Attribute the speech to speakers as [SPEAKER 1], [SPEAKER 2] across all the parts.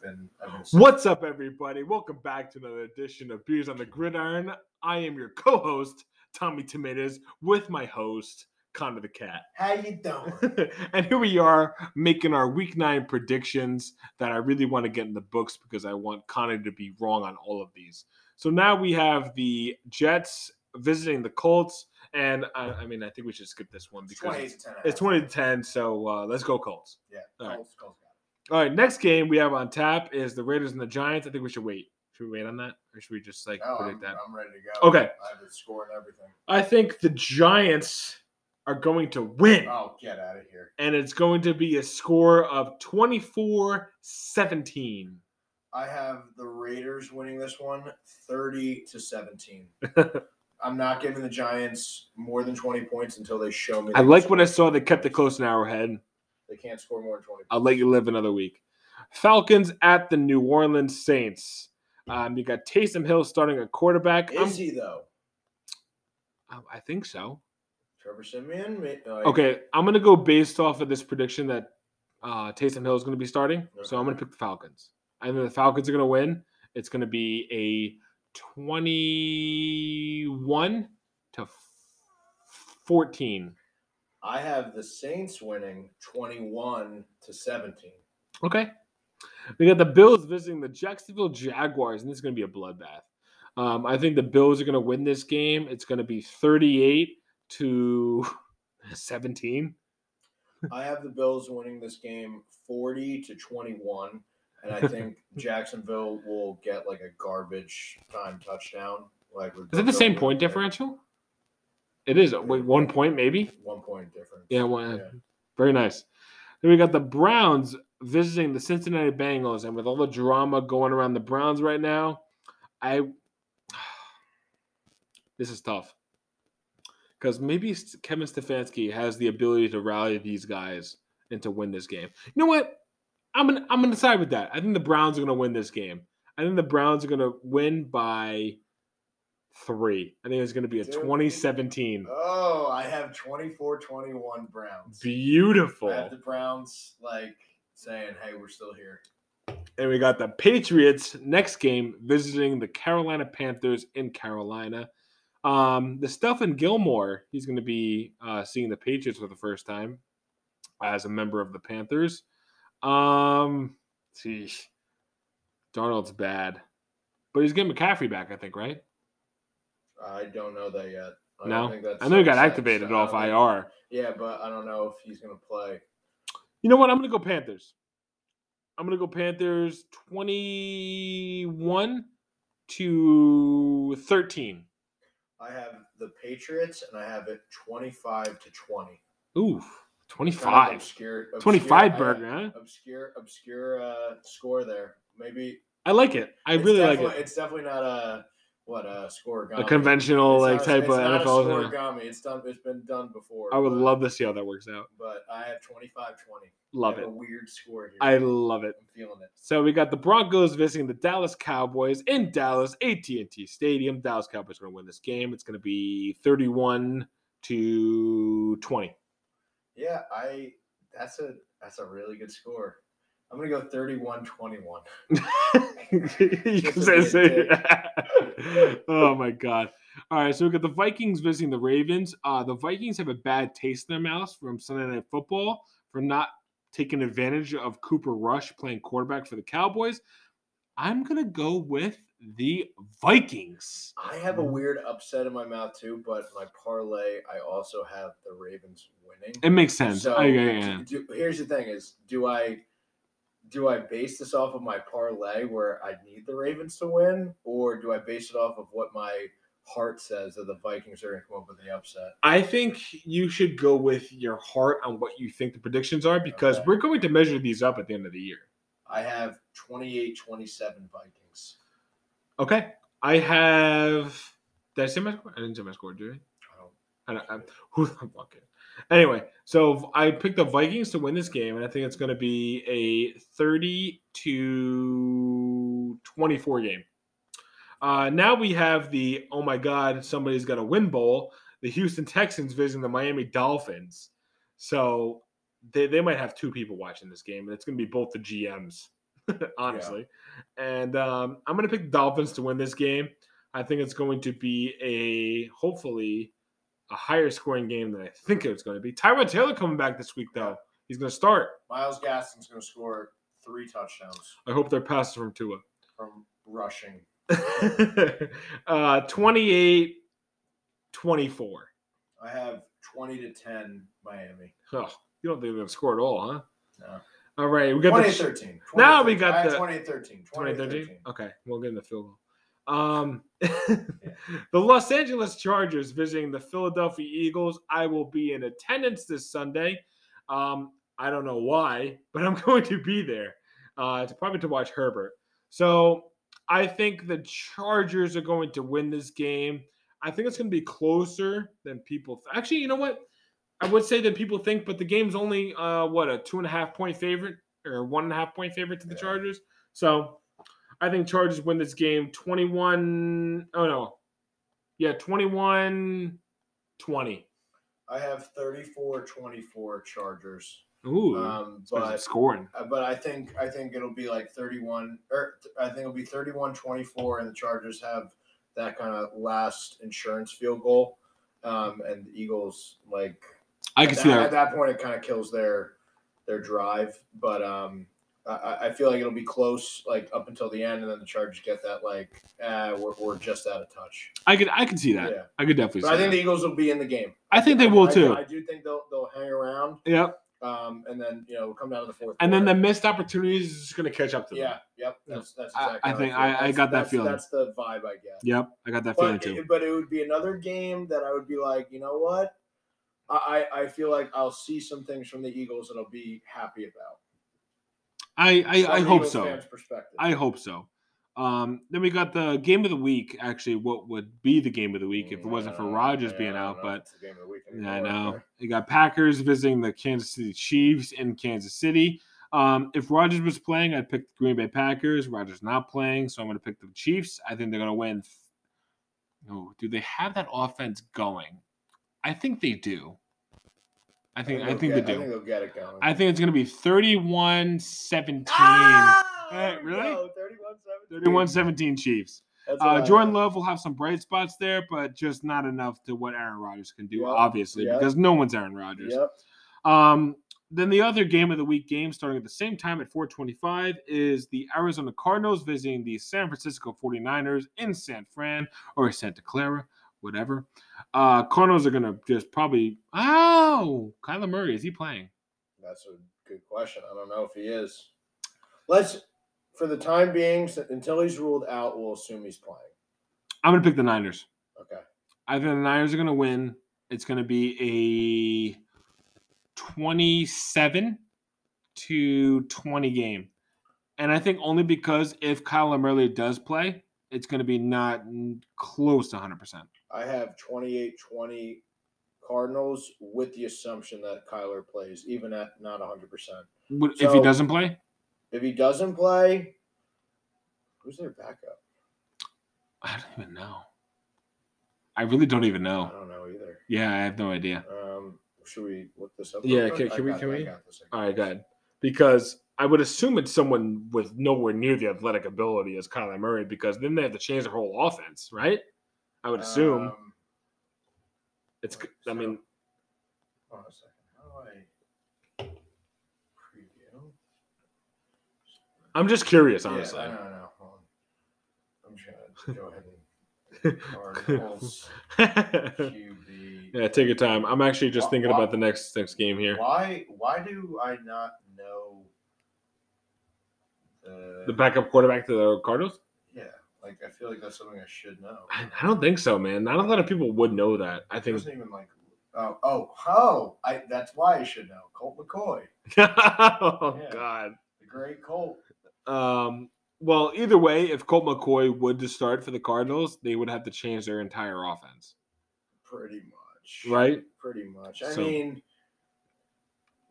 [SPEAKER 1] been. I've been sick.
[SPEAKER 2] What's up, everybody? Welcome back to another edition of Beers on the Gridiron. I am your co-host, Tommy Tomatoes, with my host, Connor the Cat.
[SPEAKER 3] How you doing?
[SPEAKER 2] and here we are making our week nine predictions that I really want to get in the books because I want Connor to be wrong on all of these. So now we have the Jets visiting the Colts. And I, I mean, I think we should skip this one because
[SPEAKER 3] Twenty-eight
[SPEAKER 2] it's,
[SPEAKER 3] to ten.
[SPEAKER 2] it's 20 to 10. So uh, let's go, Colts.
[SPEAKER 3] Yeah.
[SPEAKER 2] All right.
[SPEAKER 3] Colts, Colts got
[SPEAKER 2] All right. Next game we have on tap is the Raiders and the Giants. I think we should wait. Should we wait on that? Or should we just like
[SPEAKER 3] it. No,
[SPEAKER 2] predict
[SPEAKER 3] I'm,
[SPEAKER 2] that?
[SPEAKER 3] I'm ready to go.
[SPEAKER 2] Okay.
[SPEAKER 3] I have the score and everything.
[SPEAKER 2] I think the Giants are going to win.
[SPEAKER 3] Oh, get out of here.
[SPEAKER 2] and it's going to be a score of 24 17.
[SPEAKER 3] I have the Raiders winning this one 30 to 17. I'm not giving the Giants more than 20 points until they show me.
[SPEAKER 2] I
[SPEAKER 3] they
[SPEAKER 2] like
[SPEAKER 3] can
[SPEAKER 2] what I
[SPEAKER 3] score.
[SPEAKER 2] saw. They kept it close in Arrowhead.
[SPEAKER 3] They can't score more than 20 points.
[SPEAKER 2] I'll let you live another week. Falcons at the New Orleans Saints. Um, you got Taysom Hill starting a quarterback. I'm-
[SPEAKER 3] Is he, though?
[SPEAKER 2] I Um, I think so.
[SPEAKER 3] Trevor Simeon? May- no, I-
[SPEAKER 2] Okay, I'm going to go based off of this prediction that uh, Taysom Hill is going to be starting. So I'm going to pick the Falcons. And then the Falcons are going to win. It's going to be a 21 to 14.
[SPEAKER 3] I have the Saints winning 21 to 17.
[SPEAKER 2] Okay. We got the Bills visiting the Jacksonville Jaguars, and this is going to be a bloodbath. Um, I think the Bills are going to win this game. It's going to be 38 to 17.
[SPEAKER 3] I have the Bills winning this game 40 to 21. And I think Jacksonville will get like a garbage time touchdown. Like with
[SPEAKER 2] Is it the same
[SPEAKER 3] Burrow.
[SPEAKER 2] point differential? It is. Wait, one point, maybe?
[SPEAKER 3] One point difference.
[SPEAKER 2] Yeah, one.
[SPEAKER 3] Yeah.
[SPEAKER 2] Very nice. Then we got the Browns visiting the Cincinnati Bengals, and with all the drama going around the Browns right now, I this is tough because maybe S- Kevin Stefanski has the ability to rally these guys and to win this game. You know what? I'm gonna I'm gonna side with that. I think the Browns are gonna win this game. I think the Browns are gonna win by three. I think it's gonna be a
[SPEAKER 3] Dude.
[SPEAKER 2] 2017.
[SPEAKER 3] Oh, I have 24 21 Browns. I
[SPEAKER 2] Beautiful.
[SPEAKER 3] have the Browns like saying, hey, we're still here.
[SPEAKER 2] And we got the Patriots next game visiting the Carolina Panthers in Carolina. Um, the stuff in Gilmore, he's going to be uh, seeing the Patriots for the first time as a member of the Panthers. Um, see, Darnold's bad, but he's getting McCaffrey back, I think, right?
[SPEAKER 3] I don't know that yet. I
[SPEAKER 2] No?
[SPEAKER 3] don't think that's
[SPEAKER 2] I know he got
[SPEAKER 3] that's-
[SPEAKER 2] activated
[SPEAKER 3] I don't
[SPEAKER 2] off
[SPEAKER 3] think-
[SPEAKER 2] IR.
[SPEAKER 3] Yeah, but I don't know if he's going to play.
[SPEAKER 2] You know what? I'm going to go Panthers. I'm going to go Panthers 21 to 13.
[SPEAKER 3] I have the Patriots and I have it 25 to 20. Kind
[SPEAKER 2] Ooh,
[SPEAKER 3] of
[SPEAKER 2] 25.
[SPEAKER 3] Obscure, obscure-
[SPEAKER 2] 25
[SPEAKER 3] I- uh,
[SPEAKER 2] burger, huh?
[SPEAKER 3] Obscure, obscure uh, score there. Maybe
[SPEAKER 2] I like it. I
[SPEAKER 3] it's
[SPEAKER 2] really like
[SPEAKER 3] definitely-
[SPEAKER 2] it.
[SPEAKER 3] It's definitely not a what a score.
[SPEAKER 2] A conventional like type of
[SPEAKER 3] not a
[SPEAKER 2] NFL. thing.
[SPEAKER 3] scoregami. It's done. It's been done before.
[SPEAKER 2] I would
[SPEAKER 3] but-
[SPEAKER 2] love to see how that works out.
[SPEAKER 3] But I have 25-20.
[SPEAKER 2] Love
[SPEAKER 3] I have
[SPEAKER 2] it.
[SPEAKER 3] A weird score here.
[SPEAKER 2] I love it.
[SPEAKER 3] I'm feeling it.
[SPEAKER 2] So we got the Broncos visiting the Dallas Cowboys in Dallas, AT&T Stadium. Dallas Cowboys going to win this game. It's going to be 31 to 20.
[SPEAKER 3] Yeah, I. That's a that's a really good score. I'm gonna go 31-21.
[SPEAKER 2] You can say-
[SPEAKER 3] Just a bit
[SPEAKER 2] say- oh my god! All right, so we got the Vikings visiting the Ravens. Uh, the Vikings have a bad taste in their mouths from Sunday Night Football for not taking advantage of Cooper Rush playing quarterback for the Cowboys. I'm gonna go with the Vikings.
[SPEAKER 3] I have a
[SPEAKER 2] Mm-hmm.
[SPEAKER 3] weird upset in my mouth too, but my parlay. I also have the Ravens winning.
[SPEAKER 2] It makes sense. Oh,
[SPEAKER 3] So
[SPEAKER 2] I- I- I-
[SPEAKER 3] do, do- here's the thing: is do I do I base this off of my parlay where I need the Ravens to win, or do I base it off of what my heart says that the Vikings are going to come up with the upset?
[SPEAKER 2] I think you should go with your heart on what you think the predictions are because
[SPEAKER 3] Okay.
[SPEAKER 2] we're going to measure these up at the end of the year.
[SPEAKER 3] I have 28-27 Vikings.
[SPEAKER 2] Okay. I have. Did I say my score? I didn't say my score,
[SPEAKER 3] I
[SPEAKER 2] did
[SPEAKER 3] don't-
[SPEAKER 2] I? I don't, I'm, who the fuck cares? Anyway, so I picked the Vikings to win this game, and I think it's going to be a 30 to 24 game. Uh, now we have the oh my god, somebody's going to win bowl. The Houston Texans visiting the Miami Dolphins. So they, they might have two people watching this game, and it's going to be both the GMs. honestly. And um, I'm going to pick Dolphins to win this game. I think it's going to be a hopefully a higher scoring game than I think it's going to be. Tyrod Taylor coming back this week though. He's going to start.
[SPEAKER 3] Miles Gaston's going to score three touchdowns
[SPEAKER 2] I hope they're passing from Tua.
[SPEAKER 3] from rushing.
[SPEAKER 2] uh 28 24.
[SPEAKER 3] I have 20 to 10 Miami.
[SPEAKER 2] Oh, you don't think they're going to score at all, huh?
[SPEAKER 3] No.
[SPEAKER 2] All right, we got
[SPEAKER 3] 20
[SPEAKER 2] the
[SPEAKER 3] to 13.
[SPEAKER 2] Now we got
[SPEAKER 3] I have
[SPEAKER 2] the-
[SPEAKER 3] 20 to 13. 20 to
[SPEAKER 2] 2013?
[SPEAKER 3] 13.
[SPEAKER 2] Okay, we'll get in the field goal. Um, the Los Angeles Chargers visiting the Philadelphia Eagles. I will be in attendance this Sunday. Um, I don't know why, but I'm going to be there. Uh, to probably to watch Herbert. So I think the Chargers are going to win this game. I think it's going to be closer than people. Th- Actually, you know what? I would say than people think, but the game's only uh, what a two and a half point favorite or one and a half point favorite to the
[SPEAKER 3] Yeah.
[SPEAKER 2] Chargers. So I think Chargers win this game 21. Oh, no. Yeah, 21 20.
[SPEAKER 3] I have 34 24 Chargers.
[SPEAKER 2] Ooh.
[SPEAKER 3] Um,
[SPEAKER 2] Especially
[SPEAKER 3] but
[SPEAKER 2] scoring.
[SPEAKER 3] Uh, but I think I think it'll be like 31 or th- I think it'll be 31-24 and the Chargers have that kind of last insurance field goal. Um, and the Eagles like
[SPEAKER 2] I
[SPEAKER 3] at
[SPEAKER 2] can
[SPEAKER 3] that,
[SPEAKER 2] see
[SPEAKER 3] at
[SPEAKER 2] that.
[SPEAKER 3] that point it kind of kills their their drive, but um I- I, I feel like it'll be close, like up until the end, and then the Chargers get that like uh, we're, we're just out of touch.
[SPEAKER 2] I could I could see that.
[SPEAKER 3] Yeah,
[SPEAKER 2] I could definitely
[SPEAKER 3] but
[SPEAKER 2] see
[SPEAKER 3] I think
[SPEAKER 2] that.
[SPEAKER 3] the Eagles will be in the game.
[SPEAKER 2] I think they will
[SPEAKER 3] I-
[SPEAKER 2] too.
[SPEAKER 3] I, do think they'll they'll hang around,
[SPEAKER 2] yep.
[SPEAKER 3] um, and then you know we'll come down to the fourth.
[SPEAKER 2] And then
[SPEAKER 3] quarter.
[SPEAKER 2] the missed opportunities is just gonna catch up to them.
[SPEAKER 3] Yeah, yep.
[SPEAKER 2] Yeah.
[SPEAKER 3] That's, that's
[SPEAKER 2] I-
[SPEAKER 3] exactly.
[SPEAKER 2] I
[SPEAKER 3] how
[SPEAKER 2] think
[SPEAKER 3] feel.
[SPEAKER 2] I- I
[SPEAKER 3] That's-
[SPEAKER 2] got that
[SPEAKER 3] that's-
[SPEAKER 2] feeling.
[SPEAKER 3] That's the vibe I get.
[SPEAKER 2] Yep. I got that feeling
[SPEAKER 3] But
[SPEAKER 2] too.
[SPEAKER 3] it, but it would be another game that I would be like, you know what? I, I I feel like I'll see some things from the Eagles that I'll be happy about.
[SPEAKER 2] I
[SPEAKER 3] From
[SPEAKER 2] I, I
[SPEAKER 3] an
[SPEAKER 2] hope
[SPEAKER 3] Eagles
[SPEAKER 2] so.
[SPEAKER 3] Fans perspective.
[SPEAKER 2] I hope so. Um, then we got the game of the week. Actually, what would be the game of the week if it wasn't for
[SPEAKER 3] Yeah,
[SPEAKER 2] Rodgers
[SPEAKER 3] Mm, yeah,
[SPEAKER 2] being
[SPEAKER 3] I don't
[SPEAKER 2] out?
[SPEAKER 3] know if
[SPEAKER 2] But
[SPEAKER 3] it's the game of the week
[SPEAKER 2] yeah, I
[SPEAKER 3] anymore,
[SPEAKER 2] know
[SPEAKER 3] but
[SPEAKER 2] you got Packers visiting the Kansas City Chiefs in Kansas City. Um, if Rodgers was playing, I'd pick the Green Bay Packers. Rodgers not playing, so I'm going to pick the Chiefs. I think they're going to win. No, do they have that offense going? I think they do. I think I
[SPEAKER 3] they'll
[SPEAKER 2] think they
[SPEAKER 3] get- I
[SPEAKER 2] do.
[SPEAKER 3] think they'll get it going.
[SPEAKER 2] I think it's going to be 31 17.
[SPEAKER 3] Ah,
[SPEAKER 2] Eh,
[SPEAKER 3] there we
[SPEAKER 2] really?
[SPEAKER 3] go, 31-17.
[SPEAKER 2] 31 17 Chiefs.
[SPEAKER 3] That's what
[SPEAKER 2] Uh,
[SPEAKER 3] I
[SPEAKER 2] Jordan
[SPEAKER 3] had.
[SPEAKER 2] Love will have some bright spots there, but just not enough to what Aaron Rodgers can do,
[SPEAKER 3] Yep,
[SPEAKER 2] obviously,
[SPEAKER 3] yep.
[SPEAKER 2] because no one's Aaron Rodgers.
[SPEAKER 3] Yep.
[SPEAKER 2] Um, then the other game of the week game starting at the same time at 425 is the Arizona Cardinals visiting the San Francisco 49ers in San Fran or Santa Clara, whatever. Uh, Cardinals are going to just probably, oh, Kyler Murray, is he playing?
[SPEAKER 3] That's a good question. I don't know if he is. Let's, for the time being, s- until he's ruled out, we'll assume he's playing.
[SPEAKER 2] I'm going to pick the Niners.
[SPEAKER 3] Okay.
[SPEAKER 2] I think the Niners are going to win. It's going to be a 27 to 20 game. And I think only because if Kyler Murray does play, it's going to be not n- close to 100%.
[SPEAKER 3] I have 28 20 Cardinals with the assumption that Kyler plays, even at not 100%.
[SPEAKER 2] Would if he
[SPEAKER 3] So-
[SPEAKER 2] doesn't play,
[SPEAKER 3] If he doesn't play, who's their backup?
[SPEAKER 2] I don't even know. I really don't even
[SPEAKER 3] I
[SPEAKER 2] know.
[SPEAKER 3] don't know either.
[SPEAKER 2] Yeah, I have no idea.
[SPEAKER 3] Um, should we look this up?
[SPEAKER 2] Yeah,
[SPEAKER 3] real quick?
[SPEAKER 2] can-
[SPEAKER 3] I
[SPEAKER 2] can we-
[SPEAKER 3] got-
[SPEAKER 2] can
[SPEAKER 3] I
[SPEAKER 2] we?
[SPEAKER 3] got this.
[SPEAKER 2] All right, go ahead. Because I would assume it's someone with nowhere near the athletic ability as Kyler Murray, because then they have to change their whole offense, right? I would assume.
[SPEAKER 3] Um,
[SPEAKER 2] It's.
[SPEAKER 3] Okay,
[SPEAKER 2] I
[SPEAKER 3] so-
[SPEAKER 2] mean,
[SPEAKER 3] Hold on a second. How do I preview?
[SPEAKER 2] I'm just curious,
[SPEAKER 3] Yeah,
[SPEAKER 2] honestly.
[SPEAKER 3] I don't know. Hold on. I'm just gonna go ahead and Cardinals
[SPEAKER 2] Yeah,
[SPEAKER 3] QB.
[SPEAKER 2] take your time. I'm actually just
[SPEAKER 3] Wha-
[SPEAKER 2] thinking
[SPEAKER 3] wha-
[SPEAKER 2] about the next next game here.
[SPEAKER 3] Why? Why do I not know the,
[SPEAKER 2] The backup quarterback to the Cardinals?
[SPEAKER 3] Yeah, like I feel like that's something I should know.
[SPEAKER 2] I, I don't think so, man. Not a lot of people would know that. I
[SPEAKER 3] It
[SPEAKER 2] think.
[SPEAKER 3] wasn't even like. Oh, oh, oh! I that's why I should know. Colt McCoy,
[SPEAKER 2] oh
[SPEAKER 3] Yeah.
[SPEAKER 2] God.
[SPEAKER 3] the great Colt.
[SPEAKER 2] Um. Well, either way, if Colt McCoy would to start for the Cardinals, they would have to change their entire offense,
[SPEAKER 3] Pretty much.
[SPEAKER 2] right?
[SPEAKER 3] pretty much. I
[SPEAKER 2] So-
[SPEAKER 3] mean,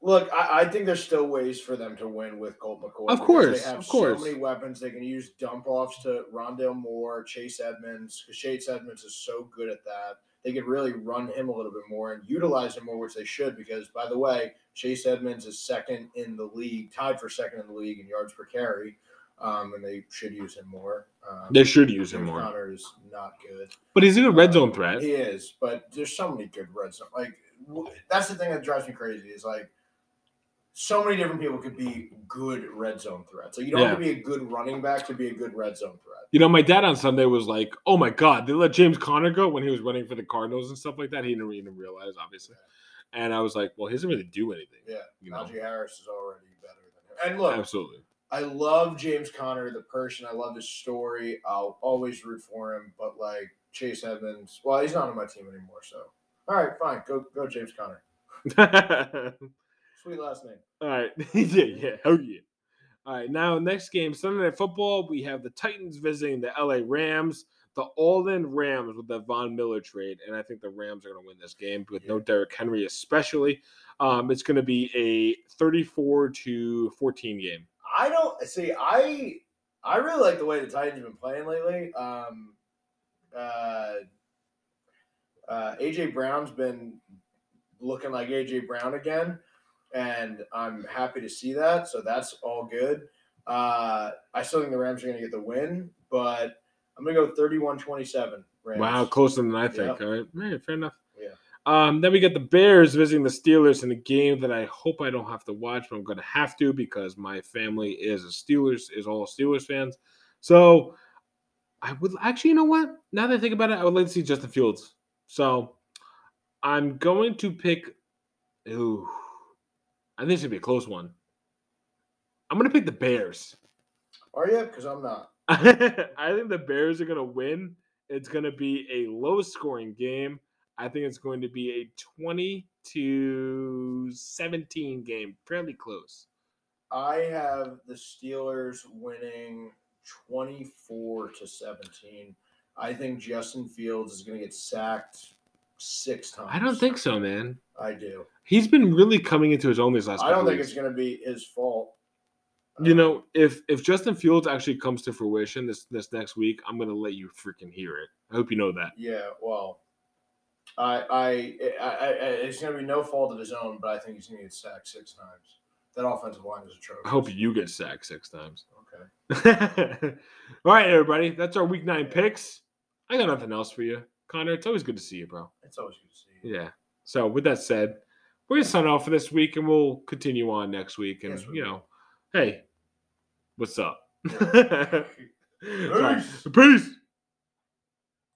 [SPEAKER 3] look, I, I think there's still ways for them to win with Colt McCoy.
[SPEAKER 2] Of
[SPEAKER 3] because
[SPEAKER 2] course,
[SPEAKER 3] they have
[SPEAKER 2] of course.
[SPEAKER 3] so many weapons they can use dump offs to Rondale Moore, Chase Edmonds. 'cause Chase Edmonds is so good at that. They could really run him a little bit more and utilize him more, which they should. Because by the way, Chase Edmonds is second in the league, tied for second in the league in yards per carry. um, and they should use him more. Um,
[SPEAKER 2] They should use him
[SPEAKER 3] James
[SPEAKER 2] more.
[SPEAKER 3] Conner is not good.
[SPEAKER 2] But he's a good red zone
[SPEAKER 3] Um,
[SPEAKER 2] threat.
[SPEAKER 3] He is, but there's so many good red zone. Like w- that's the thing that drives me crazy is like so many different people could be good red zone threats. Like you don't have to be a good running back to be a good red zone threat.
[SPEAKER 2] You know, my dad on Sunday was like, "Oh my God, they let James Conner go when he was running for the Cardinals and stuff like that." He didn't even realize, obviously. And I was like, "Well, he doesn't really do anything."
[SPEAKER 3] Yeah,
[SPEAKER 2] you know,
[SPEAKER 3] Najee Harris is already better than him. And look,
[SPEAKER 2] absolutely.
[SPEAKER 3] I love James Conner, the person. I love his story. I'll always root for him. But like Chase Evans, well, he's not on my team anymore. So all right, fine, go go James Conner.
[SPEAKER 2] All
[SPEAKER 3] Sweet last name.
[SPEAKER 2] right, yeah, yeah, oh yeah. All right, now next game, Sunday Night Football. We have the Titans visiting the LA Rams, the all-in Rams with the Von Miller trade, and I think the Rams are going to win this game with no Derrick Henry, especially. Um, it's going to be a 34 to 14 game.
[SPEAKER 3] I don't see. I I really like the way the Titans have been playing lately. Um, uh, uh, AJ Brown's been looking like AJ Brown again, and I'm happy to see that. So that's all good. Uh, I still think the Rams are going to get the win, but I'm going to go 31-27 Rams.
[SPEAKER 2] Wow, closer than I think.
[SPEAKER 3] Yeah.
[SPEAKER 2] All right, Yeah, fair enough.
[SPEAKER 3] Yeah.
[SPEAKER 2] Um, then we get the Bears visiting the Steelers in a game that I hope I don't have to watch, but I'm going to have to because my family is a Steelers is all Steelers fans. So I would actually, you know what? Now that I think about it, I would like to see Justin Fields. So I'm going to pick. Ooh, I think this should be a close one. I'm going to pick the Bears.
[SPEAKER 3] Are you? Because I'm not.
[SPEAKER 2] I think the Bears are going to win. It's going to be a low scoring game. I think it's going to be a 20 to 17 game, fairly close.
[SPEAKER 3] I have the Steelers winning 24 to 17. I think Justin Fields is going to get sacked six times.
[SPEAKER 2] I don't think so, man.
[SPEAKER 3] I do.
[SPEAKER 2] He's been really coming into his own these last.
[SPEAKER 3] I don't
[SPEAKER 2] couple
[SPEAKER 3] think
[SPEAKER 2] weeks.
[SPEAKER 3] it's going to be his fault.
[SPEAKER 2] You
[SPEAKER 3] Um,
[SPEAKER 2] know, if if Justin Fields actually comes to fruition this this next week, I'm gonna let you freaking hear it. I hope you know that.
[SPEAKER 3] Yeah, well, I, I, I, I it's going to be no fault of his own, but I think he's going to get sacked six times. That offensive line is atrocious.
[SPEAKER 2] I hope you get sacked six times.
[SPEAKER 3] Okay.
[SPEAKER 2] All right, everybody, that's our week nine picks. I got nothing else for you, Connor. It's always good to see you, bro.
[SPEAKER 3] It's always good to see you.
[SPEAKER 2] Yeah. So with that said, we're gonna sign off for this week, and we'll continue on next week. And
[SPEAKER 3] Yes, we
[SPEAKER 2] you
[SPEAKER 3] will.
[SPEAKER 2] know, hey, what's up?
[SPEAKER 3] Yeah.
[SPEAKER 2] Sorry. Peace.